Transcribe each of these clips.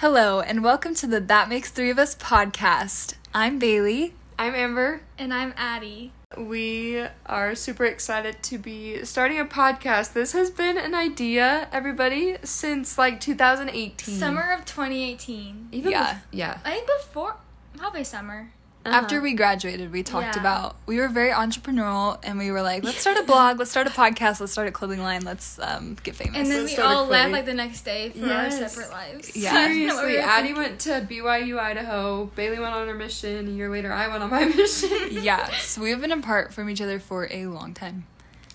Hello, and welcome to the That Makes Three of Us podcast. I'm Bailey. I'm Amber. And I'm Addie. We are super excited to be starting a podcast. This has been an idea, everybody, since like Hmm. 2018. Summer of 2018. Even Yeah. Uh-huh. bef- yeah. I think before, probably summer. After we graduated, we talked Yeah. about we were very entrepreneurial, and we were like, let's start a blog, let's start a podcast, let's start a clothing line, let's um, get famous. And then Let's we start a all left parade. like the next day for our Yes. separate lives. Yeah. I don't know what we Seriously, were Addie thinking. went to BYU, Idaho. Bailey went on her mission. A year later, I went on my mission. yeah, so we've been apart from each other for a long time.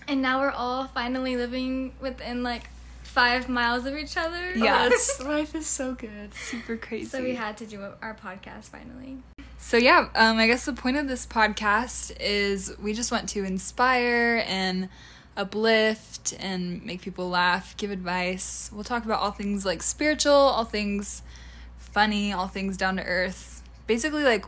And now we're all finally living within like five miles of each other. Yeah. Yes, life is so good. Super crazy. So we had to do our podcast finally. So yeah, um, I guess the point of this podcast is we just want to inspire and uplift and make people laugh, give advice. We'll talk about all things like spiritual, all things funny, all things down to earth. Basically, like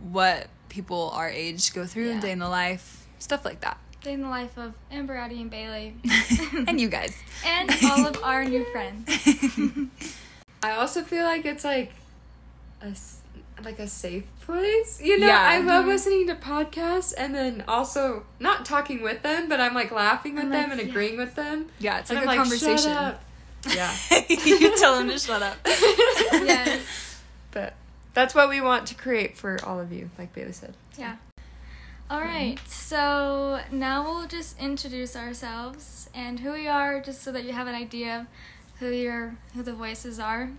what people our age go through Yeah. day in the life, stuff like that. Day in the life of Amber, Addie, and Bailey, and you guys. and all of our new friends. I also feel like it's like a s- like a safe place. You know, Yeah. I love listening to podcasts and then also not talking with them, but I'm like laughing with I'm them like, and agreeing with them. Yeah, it's and like a I'm conversation. Shut up. Yeah, you tell them to shut up. yes. but that's what we want to create for all of you, like Bailey said. Yeah. All right. So now we'll just introduce ourselves and who we are, just so that you have an idea of who your who the voices are.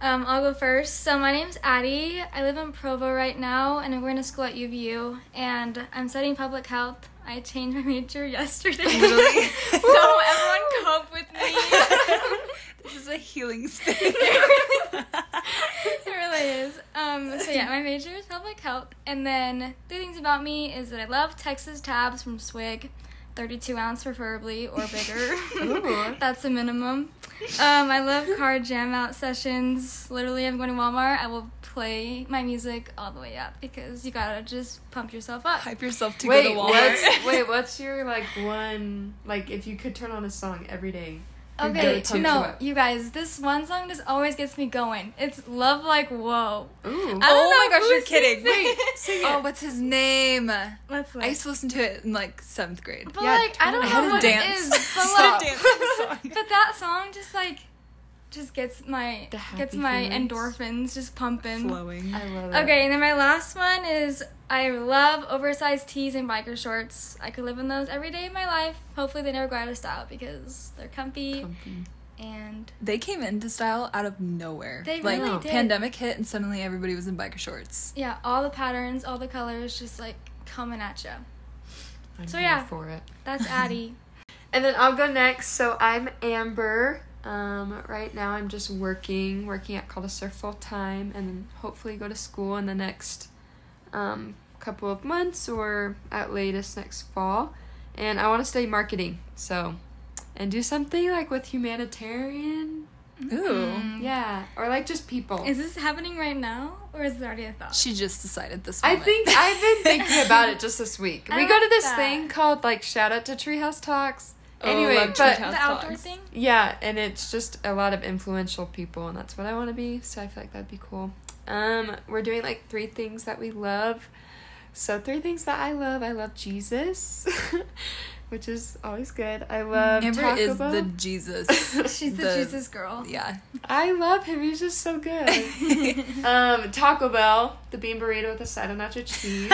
Um, I'll go first. So my name's Addie. I live in Provo right now, and I'm going to school at UVU, and I'm studying public health. I changed my major yesterday. Literally. so everyone cope with me. this is a healing space. it really is. Um, so yeah, my major is public health, and then three things about me is that I love Texas tabs from Swig, thirty-two ounce preferably or bigger. Ooh. That's the minimum. Um, I love car jam out sessions. Literally, I'm going to Walmart. I will play my music all the way up because you gotta just pump yourself up. Hype yourself to Wait, go to Walmart. what's wait? What's your like one like if you could turn on a song every day? your Okay, go-to? no, you guys, this one song just always gets me going. It's Love Like Whoa. I Ooh, Oh my don't know gosh, who you're sings kidding. it. Oh, what's his name? I Let's look. used to listen to it in like seventh grade. But Yeah, like I don't I know had a what dance. it is. But, So like, dance to the song. but that song just like just gets my The happy gets my feelings. endorphins just pumping. Flowing. I love it. Okay, and then my last one is I love oversized tees and biker shorts. I could live in those every day of my life. Hopefully they never go out of style because they're comfy and They came into style out of nowhere. They like really did. pandemic hit and suddenly everybody was in biker shorts. yeah, all the patterns, all the colors just like coming at you. I'm So, here yeah. for it. That's Addie. And then I'll go next. So I'm Amber. Um, right now I'm just working, working at Call to Surf full time, and then hopefully go to school in the next um, couple of months or at latest next fall. And I want to study marketing. So, and do something like with humanitarian. Ooh. Yeah, or like just people. Mm-hmm. is this happening right now or is it already a thought? She just decided this I moment. Oh, think I've been thinking about it just this week. I we go to like this that. thing called like shout out to Treehouse Talks. Oh, anyway, love but Treehouse The House outdoor dogs. thing? Yeah, and it's just a lot of influential people, and that's what I want to be. So I feel like that'd be cool. Um, we're doing like three things that we love. So three things that I love. I love Jesus, which is always good. I love Amber Taco Um, is Bell. the Jesus. She's the, The- Jesus girl. yeah. I love him. He's just so good. um, Taco Bell, the bean burrito with a side of nacho cheese.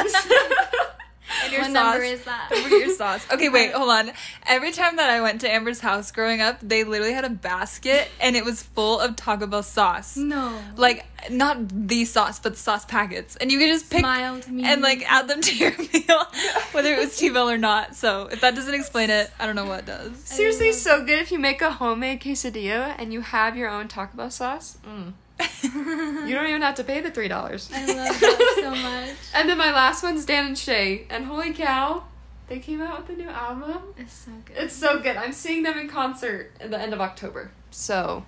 And What number is that? What are your sauce? Okay, wait, hold on. Every time that I went to Amber's house growing up, they literally had a basket and it was full of Taco Bell sauce. No. Like not the sauce, but sauce packets, and you could just pick Mild, medium. and like add them to your meal, whether it was T Bell or not. So if that doesn't explain it, I don't know what does. Seriously, so good if you make a homemade quesadilla and you have your own Taco Bell sauce. Mm. you don't even have to pay the three dollars. I love that so much. And then my last one's Dan and Shay. And holy cow, they came out with a new album. It's so good. It's so good. I'm seeing them in concert at the end of October. So,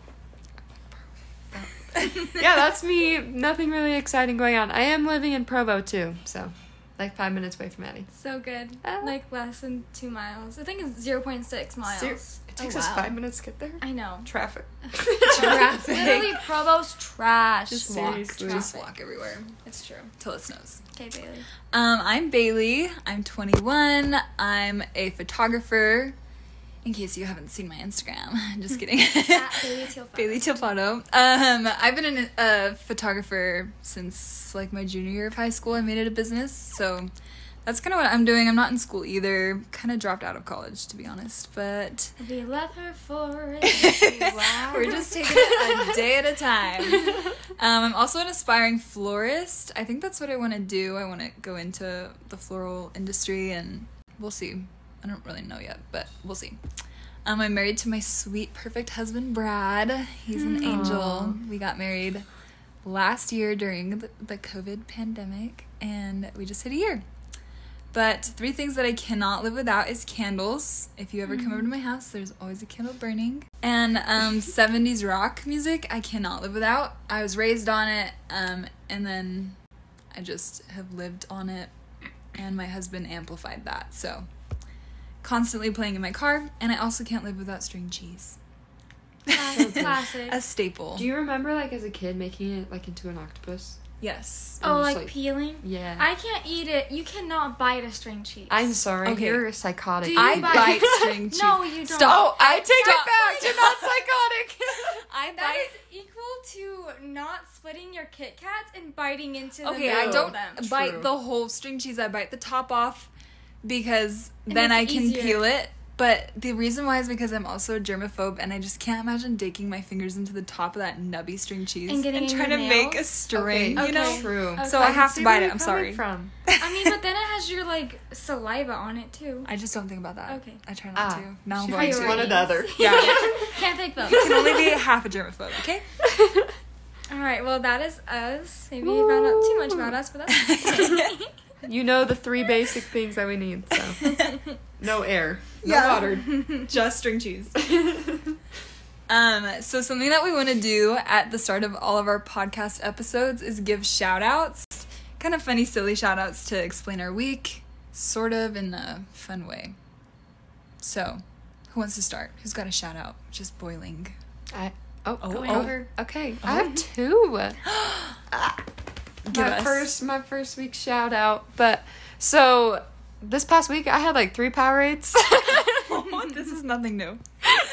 yeah, that's me. Nothing really exciting going on. I am living in Provo too, so like five minutes away from Addie. So good. Ah. Like less than two miles. I think it's zero point six miles. Ser- it takes Oh, us wow. five minutes to get there. I know. Traffic. Traffic. Literally, Provo's trash. Just walk. walk. Seriously. Just Traffic. walk everywhere It's true. till it snows. Okay, Bailey. Um, I'm Bailey. I'm 21. I'm a photographer. In case you haven't seen my Instagram, just kidding. At Bailey Teal Photo. Bailey Teopato. Um, I've been an- a photographer since like my junior year of high school. I made it a business, so that's kind of what I'm doing. I'm not in school either. Kind of dropped out of college, to be honest, but We love her for it. Wow. we're just taking it a day at a time. Um, I'm also an aspiring florist. I think that's what I want to do. I want to go into the floral industry, and we'll see. I don't really know yet, but we'll see. Um, I'm married to my sweet, perfect husband, Brad. He's an angel. We got married last year during the, the COVID pandemic, and we just hit a year. But three things that I cannot live without is candles. If you ever come over to my house, there's always a candle burning. And um, 70s rock music, I cannot live without. I was raised on it, um, and then I just have lived on it, and my husband amplified that. So constantly playing in my car, and I also can't live without string cheese. Classic. a staple. Do you remember, like, as a kid, making it like into an octopus? yes. oh, I'm like, just like- peeling. Yeah. I can't eat it. You cannot bite a string cheese. I'm sorry. Okay. You're psychotic. Do you I bite- bite string cheese. No, you don't. Stop. Oh, I take Stop. it back. You're not psychotic. I That bite. is equal to not splitting your Kit Kats and biting into the Okay, middle I of don't them. True. bite the whole string cheese. I bite the top off because And then it's I can easier. peel it. But the reason why is because I'm also a germaphobe and I just can't imagine digging my fingers into the top of that nubby string cheese And getting in trying your to make a nails? string, Okay, you know? True. Okay. So I can have see to where bite it. you're I'm coming sorry. From. I mean, but then it has your like saliva on it too. I just don't think about that. Okay. I try not Ah, to. Now I'm she going thinks to. one or the other. Yeah. Can't pick both. can only be half a germaphobe, okay? All right, well that is us. Maybe you found out too much about us, but that's okay. You know the three basic things that we need. So no air, no Yeah. water. Just string cheese. Um, so something that we want to do at the start of all of our podcast episodes is give shout outs. Kind of funny, silly shout outs to explain our week, sort of in a fun way. So, who wants to start? Who's got a shout out? Just boiling. I, oh, Oh, going oh. over. Okay, I have two. Give my us. first, my first week shout out. But so this past week, I had like three Powerades. this is nothing new.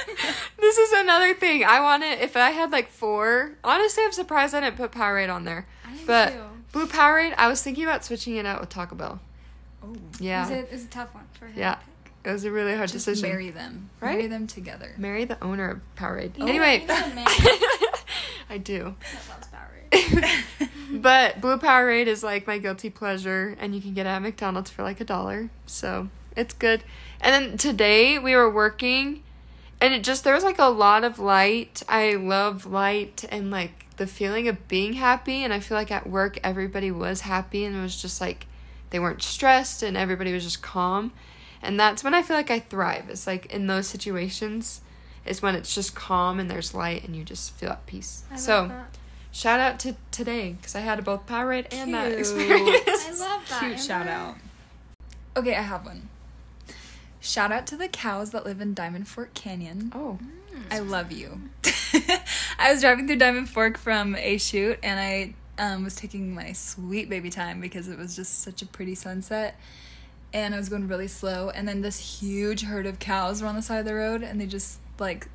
this is another thing I wanted. If I had like four, honestly, I'm surprised I didn't put Powerade on there. I am but too. blue Powerade, I was thinking about switching it out with Taco Bell. Oh, Yeah, It was a, it was a tough one for him. to Yeah. pick. it was a really hard just decision. marry them. Right? Marry them together. Marry the owner of Powerade. You know- anyway, you know the man I do. that loves Powerade. But Blue Powerade is like my guilty pleasure, and you can get it at McDonald's for like a dollar. So it's good. And then today we were working, and it just there was like a lot of light. I love light and like the feeling of being happy. And I feel like at work everybody was happy and it was just like they weren't stressed and everybody was just calm. And that's when I feel like I thrive. It's like in those situations is when it's just calm and there's light and you just feel at peace. I so. love that. Shout out to today because I had both Powerade and that Cute. experience. I love that. Cute Amber. shout out. Okay, I have one. Shout out to the cows that live in Diamond Fork Canyon. Oh, I love you. I was driving through Diamond Fork from a shoot and I um, was taking my sweet baby time because it was just such a pretty sunset. And I was going really slow. And then this huge herd of cows were on the side of the road and they just like,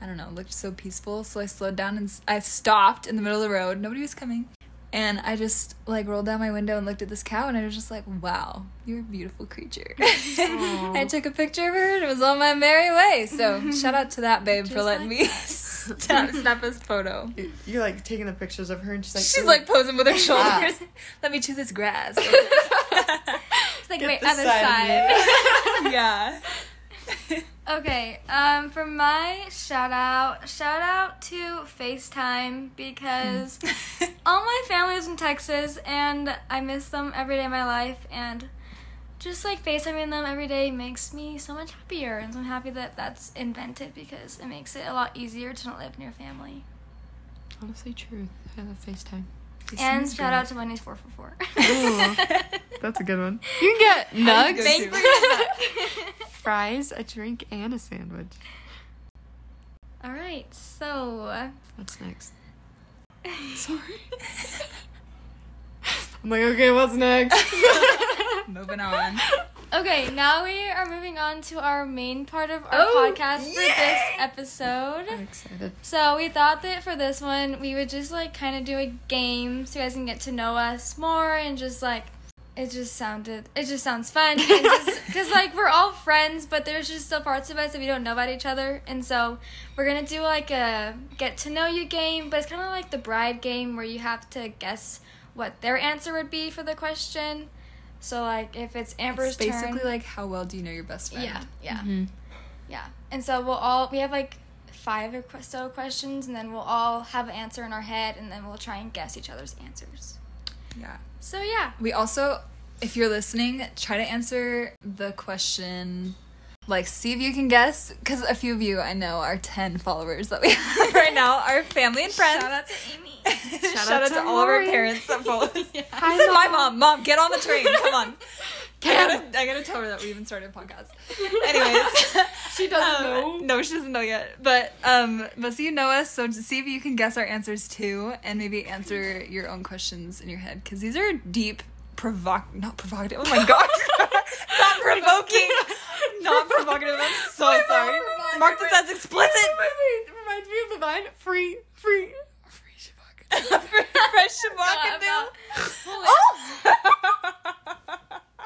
I don't know, looked so peaceful. So I slowed down and s- I stopped in the middle of the road. Nobody was coming. And I just like rolled down my window and looked at this cow and I was just like, wow, you're a beautiful creature. And I took a picture of her and it was on my merry way. So shout out to that babe for Just letting like me snap, snap his photo. you're like taking the Ah. pictures of her and she's like, She's like posing with her shoulders. Let me chew this grass. It's like Get my the other side of side. yeah. Okay, um, for my shout out, shout out to FaceTime because all my family is in Texas and I miss them every day of my life and just like FaceTiming them every day makes me so much happier and so I'm happy that that's invented because it makes it a lot easier to not live near family. honestly, true. I love FaceTime. and shout out to Wendy's 444. Ooh. That's a good one. You can get nugs, Thank you. fries, a drink, and a sandwich. All right, so What's next? Sorry. I'm like, okay, what's next? Moving on. okay, now we are moving on to our main part of our Oh, podcast for this yay! I'm episode. excited. So we thought that for this one we would just like kind of do a game so you guys can get to know us more and just like it just sounded it just sounds fun because like we're all friends but there's just still parts of us that we don't know about each other and so we're gonna do like a get to know you game but it's kind of like the bride game where you have to guess what their answer would be for the question. So like if it's It's Amber's basically turn, like how well do you know your best friend? yeah, yeah. Yeah. And so we'll all we have like five or que- so questions, and then we'll all have an answer in our head, and then we'll try and guess each other's answers. Yeah. So yeah. We also, if you're listening, try to answer the question. Like, see if you can guess, because a few of you I know are 10 followers that we have right now are family and friends. Shout out to Amy. Shout Shout out, out to, to all of our Lori. parents that follow us. Hi, I said, my mom, Mom." mom, get on the train. Come on. I Cam. gotta, I gotta tell her that we even started a podcast. Anyways, She doesn't know. um, No, she doesn't know yet. But um, but so you know us, so to see if you can guess our answers too, and maybe answer your own questions in your head because these are deep, provoc not provocative. Oh my god, not provoking, not provocative. I'm so Wait, sorry. wait, wait, wait, Mark wait. this as explicit. It reminds me of the vine. Free, free, free Chewbacca. Fresh Shabaka about-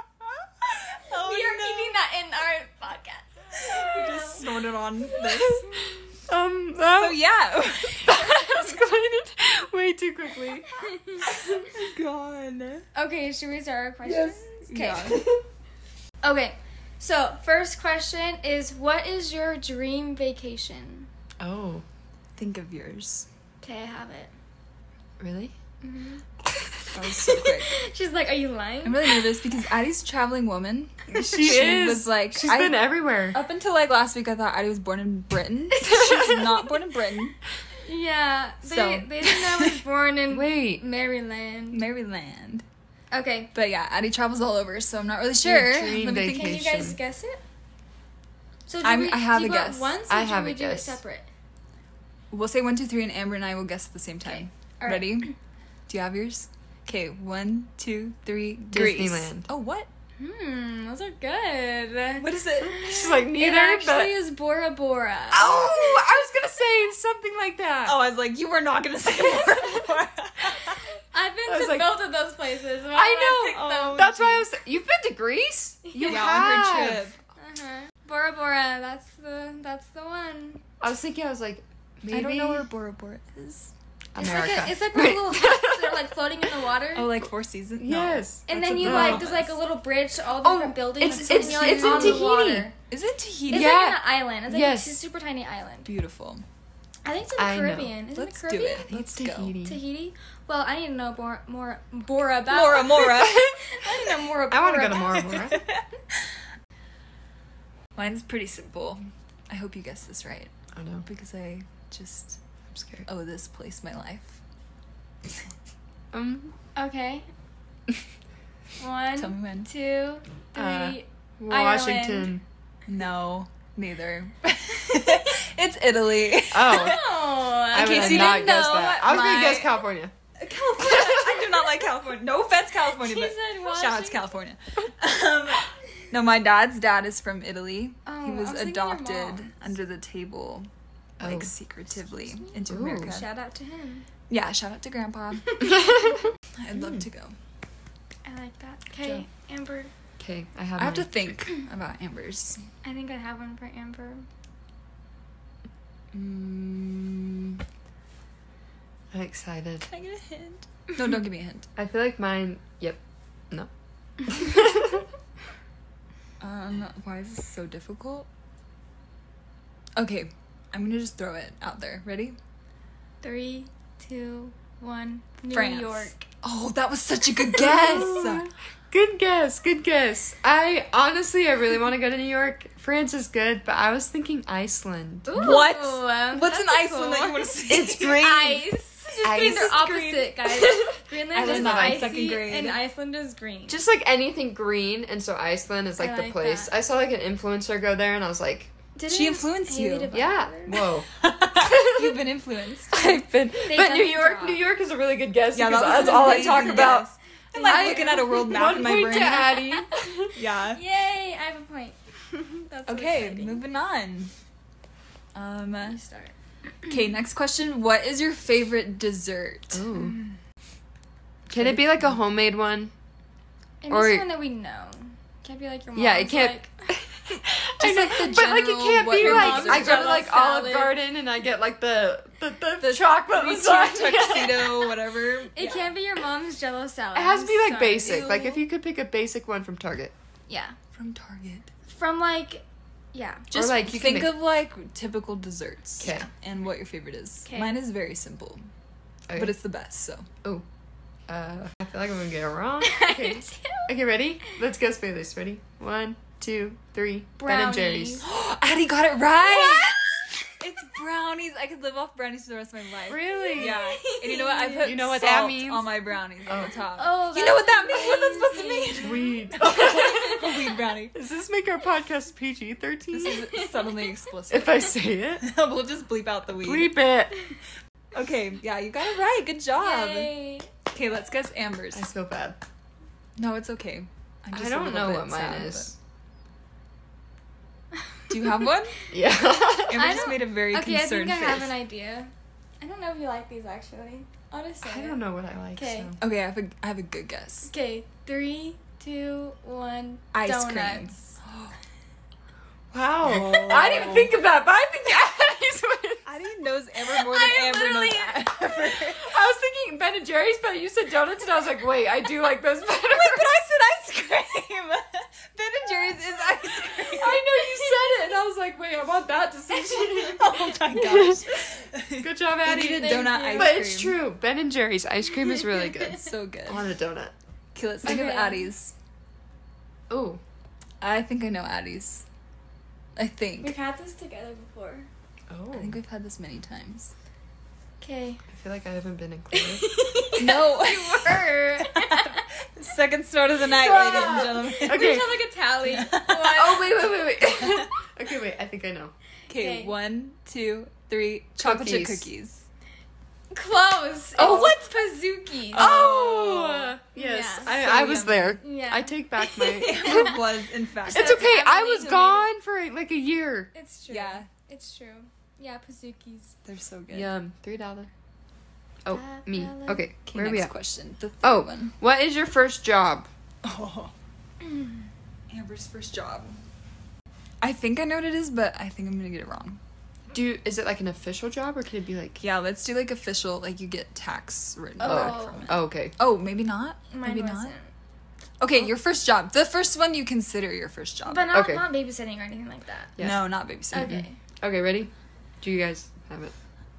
Oh we are keeping that in our podcast. no. Just snorted on this. Um, So that yeah. escalated way too quickly. Gone. Okay, should we start our questions? Okay. Yeah. Okay. So first question is, what is your dream vacation? Oh, Think of yours. Okay, I have it. really? That was so quick. She's like, are you lying? I'm really nervous because Addie's a traveling woman. She, is. is. was like, she's I- Oh, been everywhere. Up until like last week, I thought Addie was born in Britain. She's not born in Britain. yeah. They, So- they didn't know I was born in Wait. Maryland. Maryland. Okay. But yeah, Addie travels all over, so I'm not really Your sure. dream Let me vacation. think. Can you guys guess it? So do I'm- we, I have do a you go at guess. Once I or do have we a do it guess. separate? We'll say one, two, three, and Amber and I will guess at the same time. Okay. All right. Ready? Do you have yours? Okay, one, two, three. Greece. Disneyland. Oh, what? Hmm, those are good. What is it? She's like it neither, actually but is Bora Bora. oh, I was gonna say something like that. Oh, I was like, you were not gonna say more. I've been I was to like- both of those places. Why would I pick know. Oh, them? That's why I was. You've been to Greece. You yeah, have. on her trip. Uh-huh. Bora Bora. That's the that's the one. I was thinking. I was like, maybe I don't know where Bora Bora is. America. It's like a, it's like a little house that are like floating in the water. Oh, like Four Seasons. No. yes. and that's then a you good like one. there's like a little bridge to all the Oh, different buildings. it's- and it's- you're, like, it's in on the Tahiti. water. Is it Tahiti? It's Yeah. like an island. It's like Yes. a super tiny island. Beautiful. I think it's in the I know. Caribbean. Isn't Let's it do Caribbean? it. Let's It's go. Tahiti. Tahiti? Well, I need to know more, more, more about. Mora Mora. I need to know more about. I want to go to Marmara. Mine's pretty simple. I hope you guessed this right I know. because I just I'm scared. owe this place my life. Um. Okay. One, Tell me when. two, Uh, three. Washington. No, neither. it's Italy. Oh. Oh, I In would case have you not didn't guessed know, that. I was my- gonna guess California. California. I do not like California. No offense, California. She But said shout out to Washington. California. Um, no, my dad's dad is from Italy. Oh, he I was was thinking your adopted mom's. under the table, like secretively, into Ooh. America. shout out to him. Yeah, shout out to Grandpa. I'd love to go. I like that. Okay, Amber. okay, I have. I have to mine. think about Amber's. I think I have one for Amber. Mm, I'm excited. can I get a hint? No, don't give me a hint. I feel like mine. Yep. No. Um, why is this so difficult? Okay, I'm gonna just throw it out there. Ready? Three, two, one. New France. York. Oh, that was such a good Oh, guess. Good guess, good guess. I honestly, I really want to go to New York. France is good, but I was thinking Iceland. What? Ooh, What's that's an a Iceland cool that you one. want to see? green. Ice. Just Ice kidding, they're is opposite, guys. Greenland I is learned that in icy second grade. and Iceland is green. Just like anything green, and so Iceland is I like the like place. that. I saw like an influencer go there, and I was like, Didn't She influenced Haley you. DeBoer- yeah, whoa. You've been influenced. I've been, They but done New their York, job. New York is a really good guess Yeah, because that was that's an all I amazing talk about. guess. I'm like I- looking at a world map One in my point brain. to Addie. Yeah. Yay! I have a point. That's so Okay, exciting. moving on. Um, You start. okay, next question. What is your favorite dessert? Can it be like a homemade one? And Or- this one that we know can't be like your mom. Yeah, it can't. I Just, like, the but like it general can't what be your like mom's I go to jello like Olive salad. Garden and I get like the the, the, The chocolate Three-tier lasagna. tuxedo, whatever. It can't be your mom's Jello salad. It has to be I'm like sorry. basic. Like if Ew. you could pick a basic one from Target. Yeah, From Target. from like, yeah. Just like, you can think make- of like typical desserts. 'Kay. And what your favorite is. 'Kay. Mine is very simple, Okay. but it's the best. So uh, I feel like I'm gonna get it wrong. Okay. Okay. okay, ready? Let's guess by this. Ready? One, two, three. Ben and Jerry's. Brownies. Addie got it right. It's brownies. I could live off brownies for the rest of my life. Really? Yeah. And you know what? I put You know what salt that means? on my brownies on the top. Oh, you know what that that's means? What's that supposed to mean? Sweet. Oh. A weed brownie. Does this make our podcast PG This thirteen? is suddenly explicit. If I say it, we'll just bleep out the weed. bleep it. Okay, yeah, you got it right. Good job. Yay. Okay, let's guess Amber's. I feel bad. No, it's okay. I'm I just a don't little know bit what mine sad, is. but- Do you have one? Yeah. Amber I just don't- made a very Okay, I concerned think I have face. an idea. I don't know if you like these actually. I'll just say I it. don't know what I like. Okay. so. okay, I have a, I have a good guess. Okay, three, two, one. Ice Donuts. cream. Wow. Oh. I didn't think of that, but I think Addie's wins. I didn't know Amber more than I Amber knows literally- Amber. I was thinking Ben and Jerry's, but you said donuts, and I was like, wait, I do like those better. Wait, but I said ice cream. ben and Jerry's is ice cream. I know you said it, and I was like, wait, I want that decision. Oh my gosh. Good job, I Addie. need a Thank donut you. ice But cream. it's true. Ben and Jerry's ice cream is really good. So good. On a donut. Okay, let's think of Okay. Addie's. Ooh. I think I know Addie's. I think. We've had this together before. Oh. I think we've had this many times. Okay. I feel like I haven't been included. No. you were. Second start of the night, ladies and gentlemen. Okay. We should have like a tally. One. oh, wait, wait, wait, wait. okay, wait, I think I know. Okay, Okay. one, two, three. Chocolate chip Cookies. cookies. Close. Oh. Oh, what's Pazuki? Oh. Yes, Yes. I, So I was yummy. there. Yeah. I take back my. Amber was, in fact. It's That's okay. I Emily was deleted. gone for like a year. It's true. Yeah, It's true. Yeah, Pazookies. they're so good. Yum. Three dollar. Oh, me. Dollar. Okay. Okay, Where are next we at? question. The third Oh. one. What is your first job? Oh. Amber's first job. I think I know what it is, but I think I'm gonna get it wrong. Do you, is it like an official job or could it be like? Yeah, let's do like official, like you get tax written Oh. back from it. Oh, okay. Oh, maybe not. Mine maybe wasn't. Oh. not. Okay, your first job. The first one you consider your first job. But not, Okay. not babysitting or anything like that. Yeah. No, not babysitting. Okay. Okay. Ready? Do you guys have it?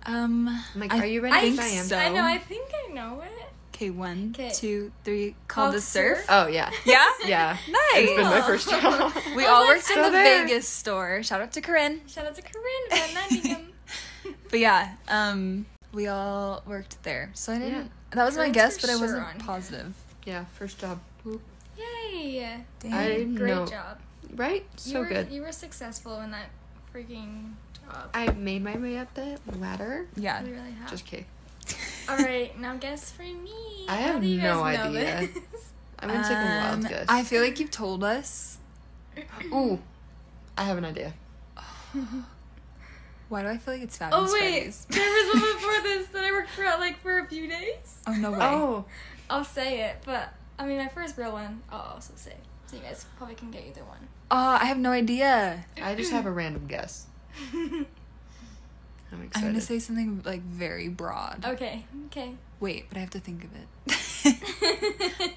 Um. I'm like, I are you ready? I think Yes, I am. so. I know. I think I know it. Okay, one, two, three. 'Kay. Call, Call the to surf. surf. Oh yeah. Yeah. Yeah. Nice. It's been my first job. we I all was like, worked so in the there. Vegas store. Shout out to Corinne. Shout out to Corinne Van Nottingham. But yeah, um, we all worked there. So I didn't. That was my Corinne's guess, for but I sure wasn't on here. positive. yeah. First job. Whoop. Yay! Dang. I didn't Great know. job. Right. you So were, good. You were successful in that freaking job. I made my way up the ladder. yeah. You really have. Just kidding. All right, now guess for me. I How have do you guys no know idea. this? I'm gonna take a wild Um, guess. I feel like you've told us. Ooh. I have an idea. Oh, Why do I feel like it's fabulous? Oh wait, Fridays? there was one before this that I worked for like for a few days. oh no way. Oh. I'll say it, but I mean my first real one. I'll also say. So you guys probably can get either Oh, I have no idea. I just have a random guess. one. I'm excited. I'm gonna say something like very broad. okay, okay. Wait, but I have to think of it.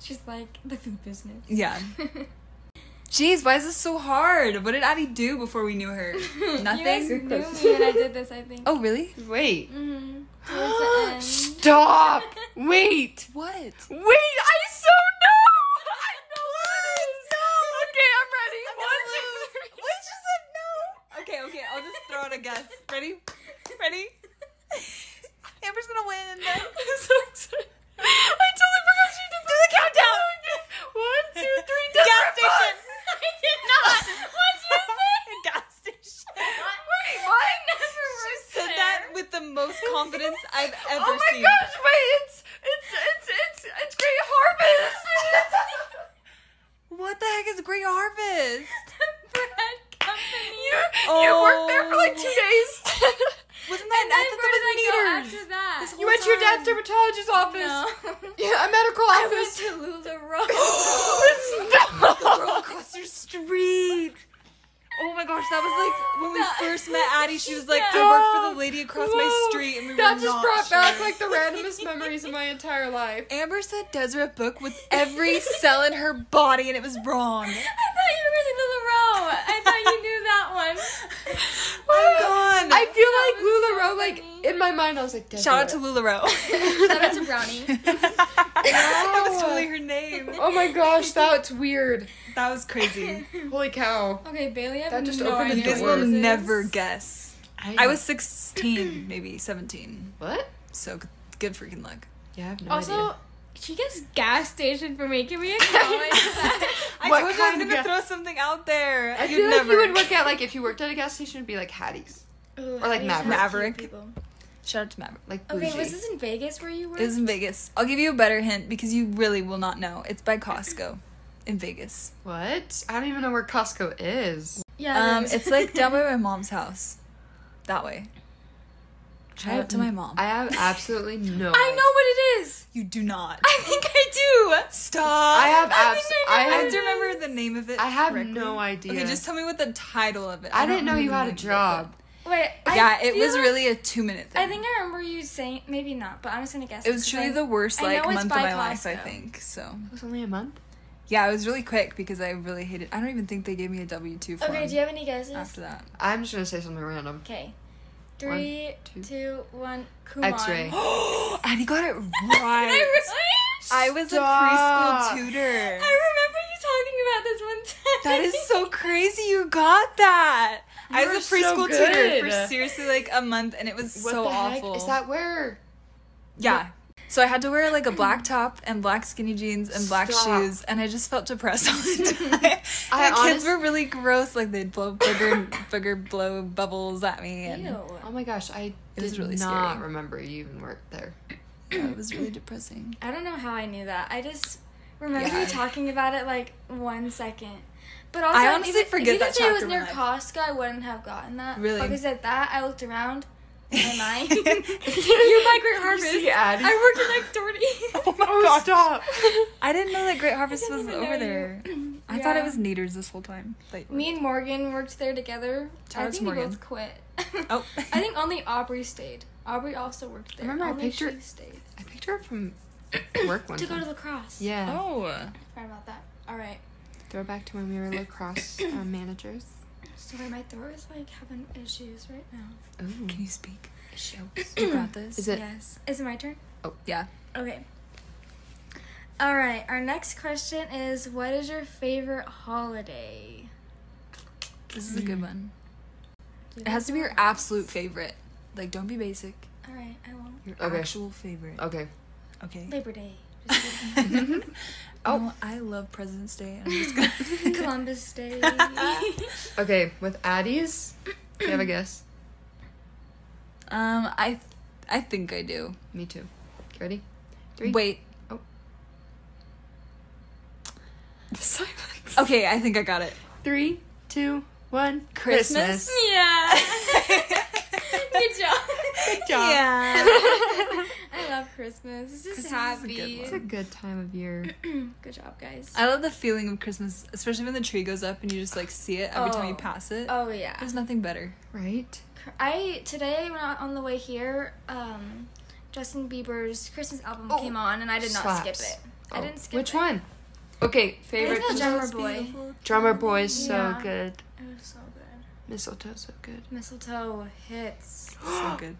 She's like the food business. yeah. Jeez, why is this so hard? What did Addie do before we knew her? You guys Nothing. knew Good me question. when I did this. I think. Oh really? Wait. Mhm. Towards the end. Stop! Wait! What? Wait! I so know! Oh, I know what it is! Okay, I'm ready. I'm gonna One, two, lose. three. What you said no. Okay, okay, I'll just throw out a guess. Ready? Ready? Amber's gonna win. I'm so excited. Oh Oh it's it's it's it's it's great harvest. What the heck is Great Harvest? the bread company. You worked there for like two Oh. days. Wasn't that? And Oh. I thought where did I that go was after meters. that? This You went to your dad's time. dermatologist's office. no. Yeah, a medical I went office. to Girl LuLaRoe. Stop. across your street. Oh my gosh, that was like when we That- first met Addie. She was like, I Stop. work for the lady across my Whoa. street, and we That were just not brought sure. back like the randomest memories of my entire life. Amber said Desiree book with every cell in her body, and it was wrong. I thought you were to LuLaRoe. I thought you knew that one. I'm gone. I That feel was so like LuLaRoe, funny. like in my mind, I was like, Shout out to Desiree. LuLaRoe. Shout out to Brownie. that was totally her name. Oh my gosh, that's weird. That was crazy. Holy cow. Okay, Bailey, I have That just no opened the You idea door. guys what will this is. never guess. I was 16, maybe 17. What? So g- good freaking luck. Yeah, I have no Also, idea. she gets gas station for making me a college. I told you What I was kind of gonna guess? throw something out there. I You'd feel never. like you would work at like if you worked at a gas station, it'd be like Hattie's, Ooh, Or like I hate Maverick. cute people. Shout out to Maverick. like bougie. Okay, was this in Vegas where you were? It was in Vegas. I'll give you a better hint because you really will not know. It's by Costco in Vegas. What? I don't even know where Costco is. yeah, it Um, is. it's like down by my mom's house. That way. Shout out to my mom. I have absolutely no. I know what it is. you do not. I think I do. Stop. I have I abs. think I I I know have have. to remember the name of it. I have correctly. no idea. Okay, just tell me what the title of it. I, didn't know don't you remember had a the name of job. Wait. it. I Yeah, it feel was like- really a two minute thing. I think I remember you saying maybe not, but I'm just gonna guess. it was because truly I- the worst I know like it's month of by my life. I Costco. think so. It was only a month. Yeah, it was really quick because I really hated. I don't even think they gave me a W two form. Okay, do you have any guesses? after that? I'm just gonna say something random. Okay, three, two, two. one. Kumon. X-ray. Did and he got it I right. really? I was Stop. a preschool tutor. I remember you talking about this one time. That is so crazy. You got that. I You was a are so preschool tutor for good. seriously like a month, and it was What so the heck? awful. Is that where? Yeah. So I had to wear like a black top and black skinny jeans and black Stop. shoes, and I just felt depressed all the time. and I the kids honest- were really gross; like they'd blow booger, booger blow bubbles at me, and Ew. Oh my gosh, I It was did really not scary. remember you even worked there. yeah, it was really depressing. I don't know how I knew that. I just remember Yeah. you talking about it like one second. But also, I honestly if, it- forget if you that didn't say it was chapter near of my Costco, I wouldn't have gotten that. Really? Because at that, I looked around. Am I? You're my Great Harvest. see Addie. I worked at next door to eat. Oh my Oh stop! I didn't know that Great Harvest didn't was even over know there. I Yeah. thought it was Neaters this whole time. Like, Me and Morgan worked there together. Shout I out think to Morgan. we both quit. Oh. I think only Aubrey stayed. Aubrey also worked there. Remember I only pictured- she stayed. I picked her up from work one To go time. to lacrosse. yeah. oh, Forgot about that. All right. Oh. Throwback to when we were lacrosse um, managers. Sorry, my throat is like having issues right now. Ooh. can you speak? Shows. You got this. Is it? Yes. Is it my turn? Yeah. Okay. All right. Our next question is What is your favorite holiday? This is a good one. It has to be your absolute favorite. Like, don't be basic. All right. I won't. Your Okay. Oh. actual favorite. Okay. Okay. Labor Day. oh, Oh. I love President's Day. I'm just gonna. Columbus Day. Okay. With Addie's, do you have a guess? Um, I, I think I do. Me too. Ready? Three. Wait. Oh. Silence. Okay, I think I got it. Three, two, one. Christmas? yeah. Good job. job. Yeah. I love Christmas. It's just Christmas is a happy. good It's a good time of year. Good job, guys. I love the feeling of Christmas, especially when the tree goes up and you just like see it every time you Oh. pass it. Oh yeah. There's nothing better. Right? I today when I, on the way here, um, Justin Bieber's Christmas album Oh, came on, and I did not skip slaps. it. I didn't skip Oh, Which it. one? Okay, favorite. Isn't it Drummer, Drummer Boy? Boy is so Yeah. good. It was so good. Mistletoe so good. Mistletoe hits. So good.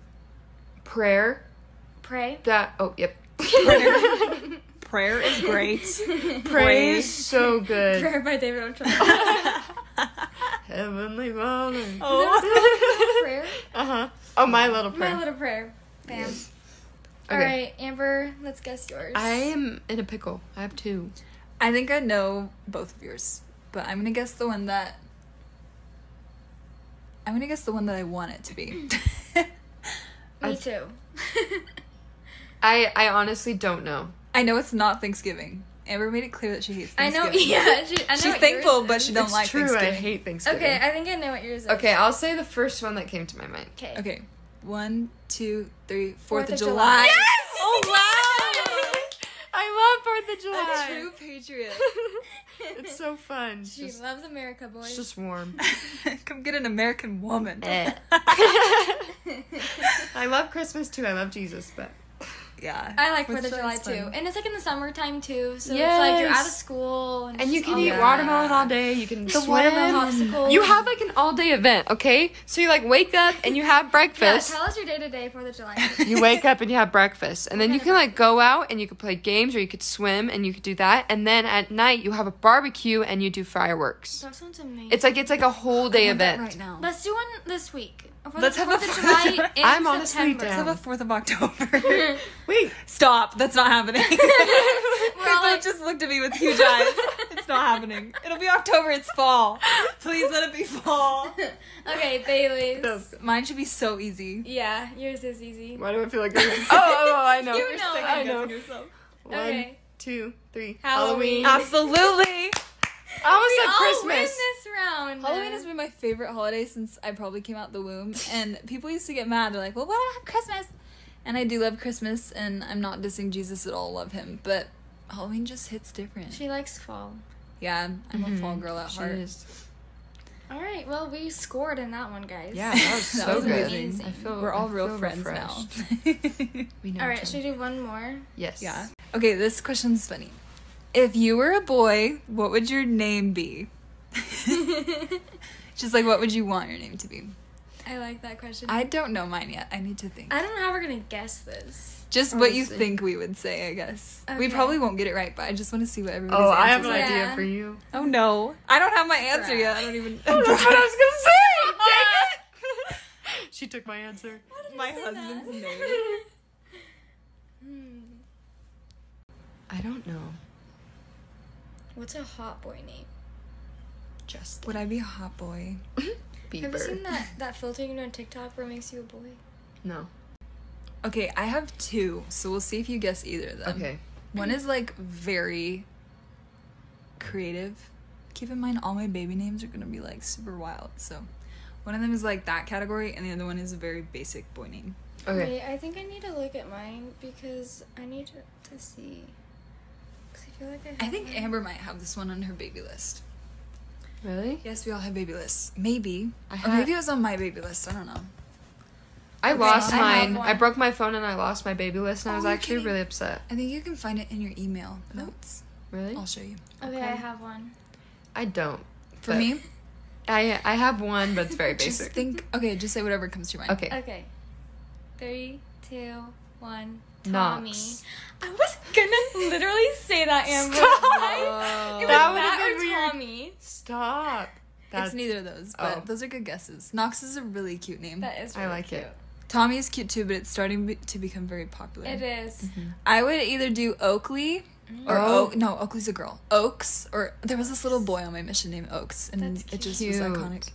Prayer. Pray. That. Oh, yep. Prayer is great. Prayer is so good. Prayer by David O'Connor. Heavenly Father. oh. prayer. Uh huh. Oh, my little My prayer. little prayer. Bam. Okay. All right, Amber. Let's guess yours. I am in a pickle. I have two. I think I know both of yours, but I'm gonna guess the one that. I'm gonna guess the one that I want it to be. Me I've- too. I I honestly don't know. I know it's not Thanksgiving. Amber made it clear that she hates I know. Thanksgiving. Yeah, she, I know She's what thankful, yours but is. she don't it's like true. I Thanksgiving. hate Thanksgiving. Okay, I think I know what yours is. Okay, I'll say the first one that came to my mind. Okay. Okay, one, two, three, Fourth Fourth of of July. July. Yes! Oh wow! I love Fourth of A July. true patriot. It's so fun. It's she just, loves America, it's boys. just warm. Come get an American woman. Eh. I love Christmas too. I love Jesus, but yeah. I like Fourth Fourth of July is too, fun. and it's like in the summertime too. So it's like you're out of Yes. school, and, and it's you just can all eat that. watermelon all day. You can The watermelon popsicle. You have like an all day event, okay? So you like wake up and you have Yeah, breakfast. tell us your day to day Fourth of July. you wake up and you have breakfast and then you can like go out and you could play games or you could swim and you could do that and then at night you have a barbecue and you do fireworks that sounds amazing. it's like it's like a whole day I want that event right now. Let's do one this week. For Let's the have a Fourth of Fourth of July. July. in I'm honestly September. down. Let's have a Fourth of October. wait Stop. That's not happening. People all like- just looked at me with huge eyes. It's not happening. It'll be October. It's fall. Please let it be fall. okay, Bailey's. Mine should be so easy. Yeah, yours is easy. why do i feel like this is- oh oh oh i know You know it. i know one Okay. two three Halloween. halloween, Absolutely. we all i almost said win christmas this round. Halloween has been my favorite holiday since I probably came out the womb. And people used to get mad. They're like, well, why don't I have Christmas? And I do love Christmas, and I'm not dissing Jesus at all. Love him. But Halloween just hits different. She likes fall. yeah, I'm Mm-hmm. a fall girl at heart. All right. Well, we scored in that one, guys. yeah that was That so was good amazing. i feel We're all I real feel friends refreshed. now. we know All each right. Should other. we do one more? yes yeah. Okay, this question's funny. If you were a boy, what would your name be? Just like, what would you want your name to be? I like that question. I, I don't know mine yet. I need to think. don't know how we're gonna guess this. Just what you Honestly. think we would say, I guess. We Okay. probably won't get it right, but I just want to see what everybody's oh i have answers an are. like- idea Yeah. for you Oh no, I don't have my answer Brad. yet. I don't even. That's what I was gonna say. Dang it. she took my answer. my husband's name. Hmm. I don't know. What's a hot boy name? Just Would I be a hot boy? Have you seen that that filter you know on TikTok where it makes you a boy? No. Okay, I have two, so we'll see if you guess either of them. Okay. One is like very creative. Keep in mind, all my baby names are gonna be like super wild. So, one of them is like that category, and the other one is a very basic boy name. Okay. Wait, I think I need to look at mine because I need to, to see. Cause I feel like I. Have I think mine. Amber might have this one on her baby list. Really? Yes, we all have baby lists. Maybe. I Or have- maybe it was on my baby list. I don't know. I Okay, lost I have mine. one. I broke my phone and I lost my baby list, and I Oh, was you're actually kidding. really upset. I think you can find it in your email notes. Really? I'll show you. Okay, Okay. I have one. I don't. For But me, I I have one, but it's very just basic. think. Okay, just say whatever comes to your mind. Okay. Okay, three, two, one. Tommy. Knox. I was gonna literally say that, Amber. Stop. Right? It was That that, would've or been weird. Tommy. Stop. That's It's neither of those, but oh. those are good guesses. Knox is a really cute name. That is. I Really like cute. it. Tommy is cute too, but it's starting be- to become very popular. It is. I would either do Oakley or Oh. Oak. No, Oakley's a girl. Oaks or there was this little boy on my mission named Oaks, and That's it just was cute. iconic.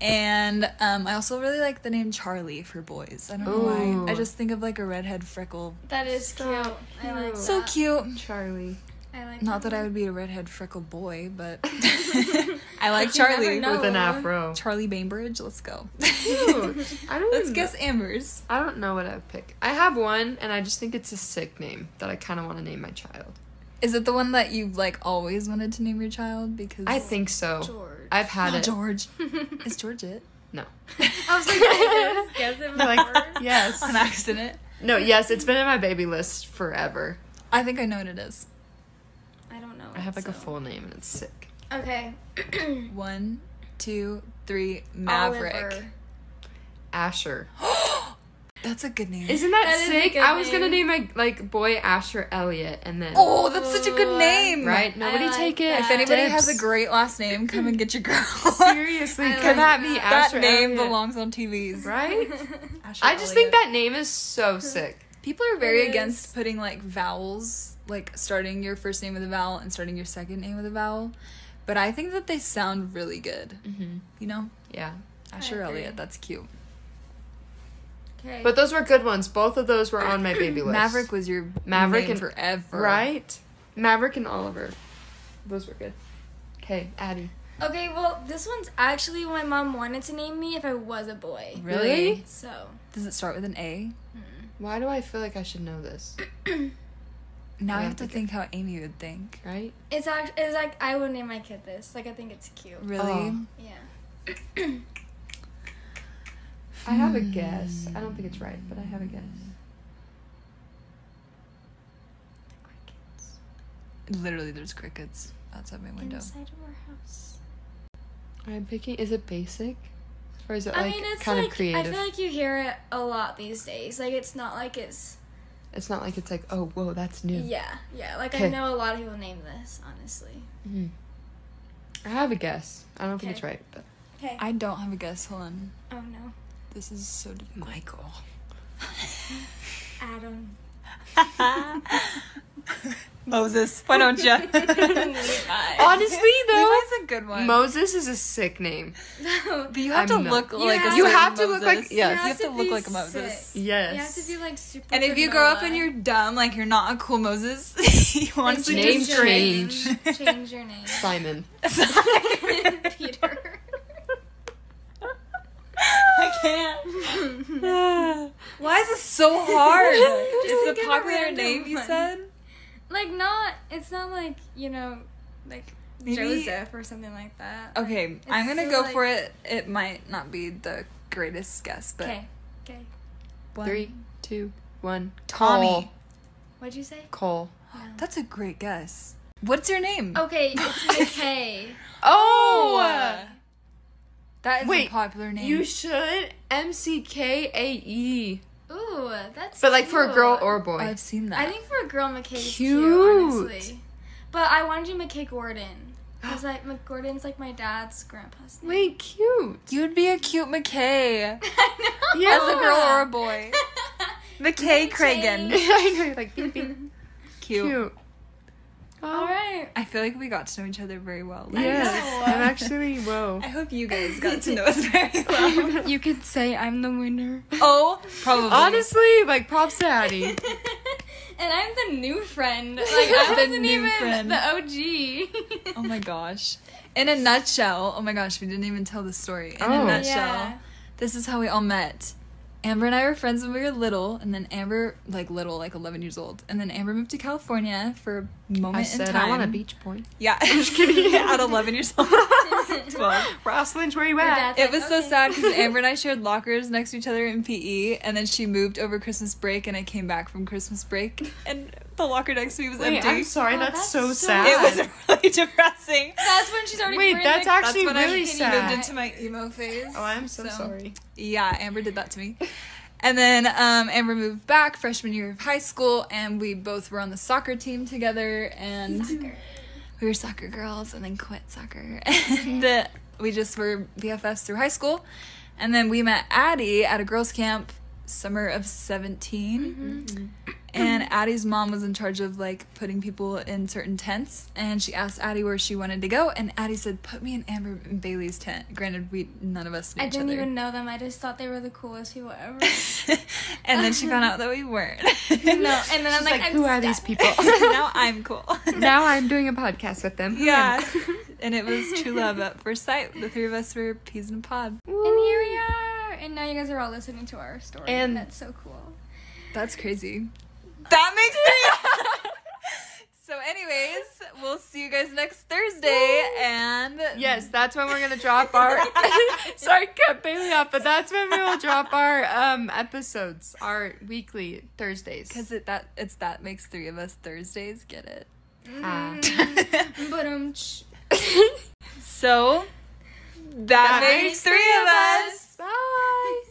And um, I also really like the name Charlie for boys. I don't know why. I Ooh. just think of like a redhead freckle. That is cute. Stop. I like. Cute. So that. cute. Charlie. I like. Not that I would be a redhead freckle boy, but I like Charlie. know. With an Oh. afro. Charlie Bainbridge. Let's go. Cute. I don't. Let's even guess Amber's. I don't know what I would pick. I have one, and I just think it's a sick name that I kind of want to name my child. Is it the one that you've like always wanted to name your child? Because I think so. George. I've had not it. George. Is George it? No. I was like, I just guess it Like, yes. On accident. No, yes, it's been in my baby list forever. I think I know what it is. I don't know. I have like a so- full name and it's sick. Okay. One, two, three, Maverick. Oliver. Asher. That's a good name. Isn't that, That is a sick? good I was gonna name. name my like boy Asher Elliot and then oh, that's such a good Ooh. name. right? Nobody like take it. that. If anybody Dibs. has a great last name, come and get your girl. seriously, I like come at me, that. that Asher name Elliot. belongs on TVs. right? Asher I just Elliott. think that name is so sick. people are very It against putting like vowels, like starting your first name with a vowel and starting your second name with a vowel. But I think that they sound really good. Mm-hmm. You know, Yeah. Asher agree. Elliott. That's cute. Okay. But those were good ones. Both of those were on my baby list. Maverick was your Maverick name and- forever. Right? Maverick and Oliver. Those were good. Okay, Addie. okay, well, this one's actually what my mom wanted to name me if I was a boy. Really? Really? So, hmm. Does it start with an A? Why do I feel like I should know this? Now I I have to think think how Amy would think. Right? it's actually, it's like, I would name my kid this. Like, I think it's cute. Really? Oh. Yeah. I have a guess. I don't think it's right, but I have a guess. Crickets Literally, there's crickets outside my window. inside of our house. I'm picking. Is it basic, or is it I like mean, it's kind like, of creative? I feel like you hear it a lot these days. Like, it's not like it's, it's not like it's like oh whoa that's new. yeah, yeah. Like, I Okay. know a lot of people name this, honestly. Mhm. I have a guess. I don't think it's Okay. right, but Okay. I don't have a guess. Hold on. oh, no. This is so difficult. Michael. Adam. Moses, why don't you? Honestly, though, Levi's a good one. Moses is a sick name. No. but you have I'm to not- look You like have- a You certain have to look like- Moses. yes. You have to look be like a Moses. sick. Yes. You have to be like super. And if you grow up granola. and you're dumb, like you're not a cool Moses, you want to Like, name just your name. change. Change your name. Simon. Peter. I can't. Why is this so hard? like, It's give a a popular random name you one. said? like not. It's not like you know, like Maybe- Joseph or something like that. Oh, Okay, I'm gonna so, go like- for it. It might not be the greatest guess, but Okay. Okay. one- Three, two, one. Tommy. What'd you say? Cole. That's a great guess. What's your name? Okay, it's McKay. Cole. Oh, Oh. that is a Wait, popular name. You should M C K A E. Ooh, that's. But like for a cute. girl or a boy. I've seen that. I think for a girl, McKay's Cute. cute, honestly. But I wanted you McKay Gordon. Cause like McGordon's like my dad's grandpa's name. Wait, cute. You'd be a cute McKay I know. Yeah. as a girl or a boy. McKay Name Cragen. change. I know you're like beep, beep. Oh. Cute. All right. I feel like we got to know each other very well. I Yes. know. I'm actually whoa. I hope you guys got to know us very well. You could say I'm the winner. oh, probably. Honestly, like props to Addie. and I'm the new friend. Like I The wasn't new even friend. the OG. Oh my gosh. In a nutshell, oh my gosh, we didn't even tell the story. In Oh. a nutshell, Yeah. this is how we all met. Amber and I were friends when we were little, and then Amber, like little, like 11 years old, and then Amber moved to California for a moment I in said time. I want a beach boy. Yeah, just kidding. At 11 years old, 12. Ross Lynch, where you Your at? dad's It like, was so "Okay." sad because Amber and I shared lockers next to each other in PE, and then she moved over Christmas break, and I came back from Christmas break, and the locker next to me was Wait, empty. I'm sorry, Oh, that's, that's so, so sad. it was really depressing. That's when she's already. Wait, wearing, that's like, actually That's when really I sad. moved into my emo phase. oh, I'm so, sorry. Yeah, Amber did that to me. And then um, Amber moved back freshman year of high school, and we both were on the soccer team together, and we were soccer girls, and then quit soccer, and uh, we just were BFFs through high school, and then we met Addie at a girls' camp summer of 17 Mm-hmm. Mm-hmm. and Addie's mom was in charge of like putting people in certain tents, and she asked Addie where she wanted to go, and Addie said, "Put me in Amber and Bailey's tent." Granted, we none of us knew I each didn't other. even know them. I just thought they were the coolest people ever. and then she found out that we weren't. no, and then I'm She's like, like, I'm who are these stuck." people? now I'm cool. now I'm doing a podcast with them. Who yeah. am And it was true love at first sight. The three of us were peas in a pod. I? And here we are, and now you guys are all listening to our story, And- and that's so cool. That's crazy. That makes me. so, anyways, we'll see you guys next Thursday. And Yes, that's when we're gonna drop our. Sorry, cut Bailey off, but that's when we will drop our um episodes, our weekly Thursdays. Because it that it's that makes three of us Thursdays get it. Ah. mm-hmm. But um. so that, That makes three of us.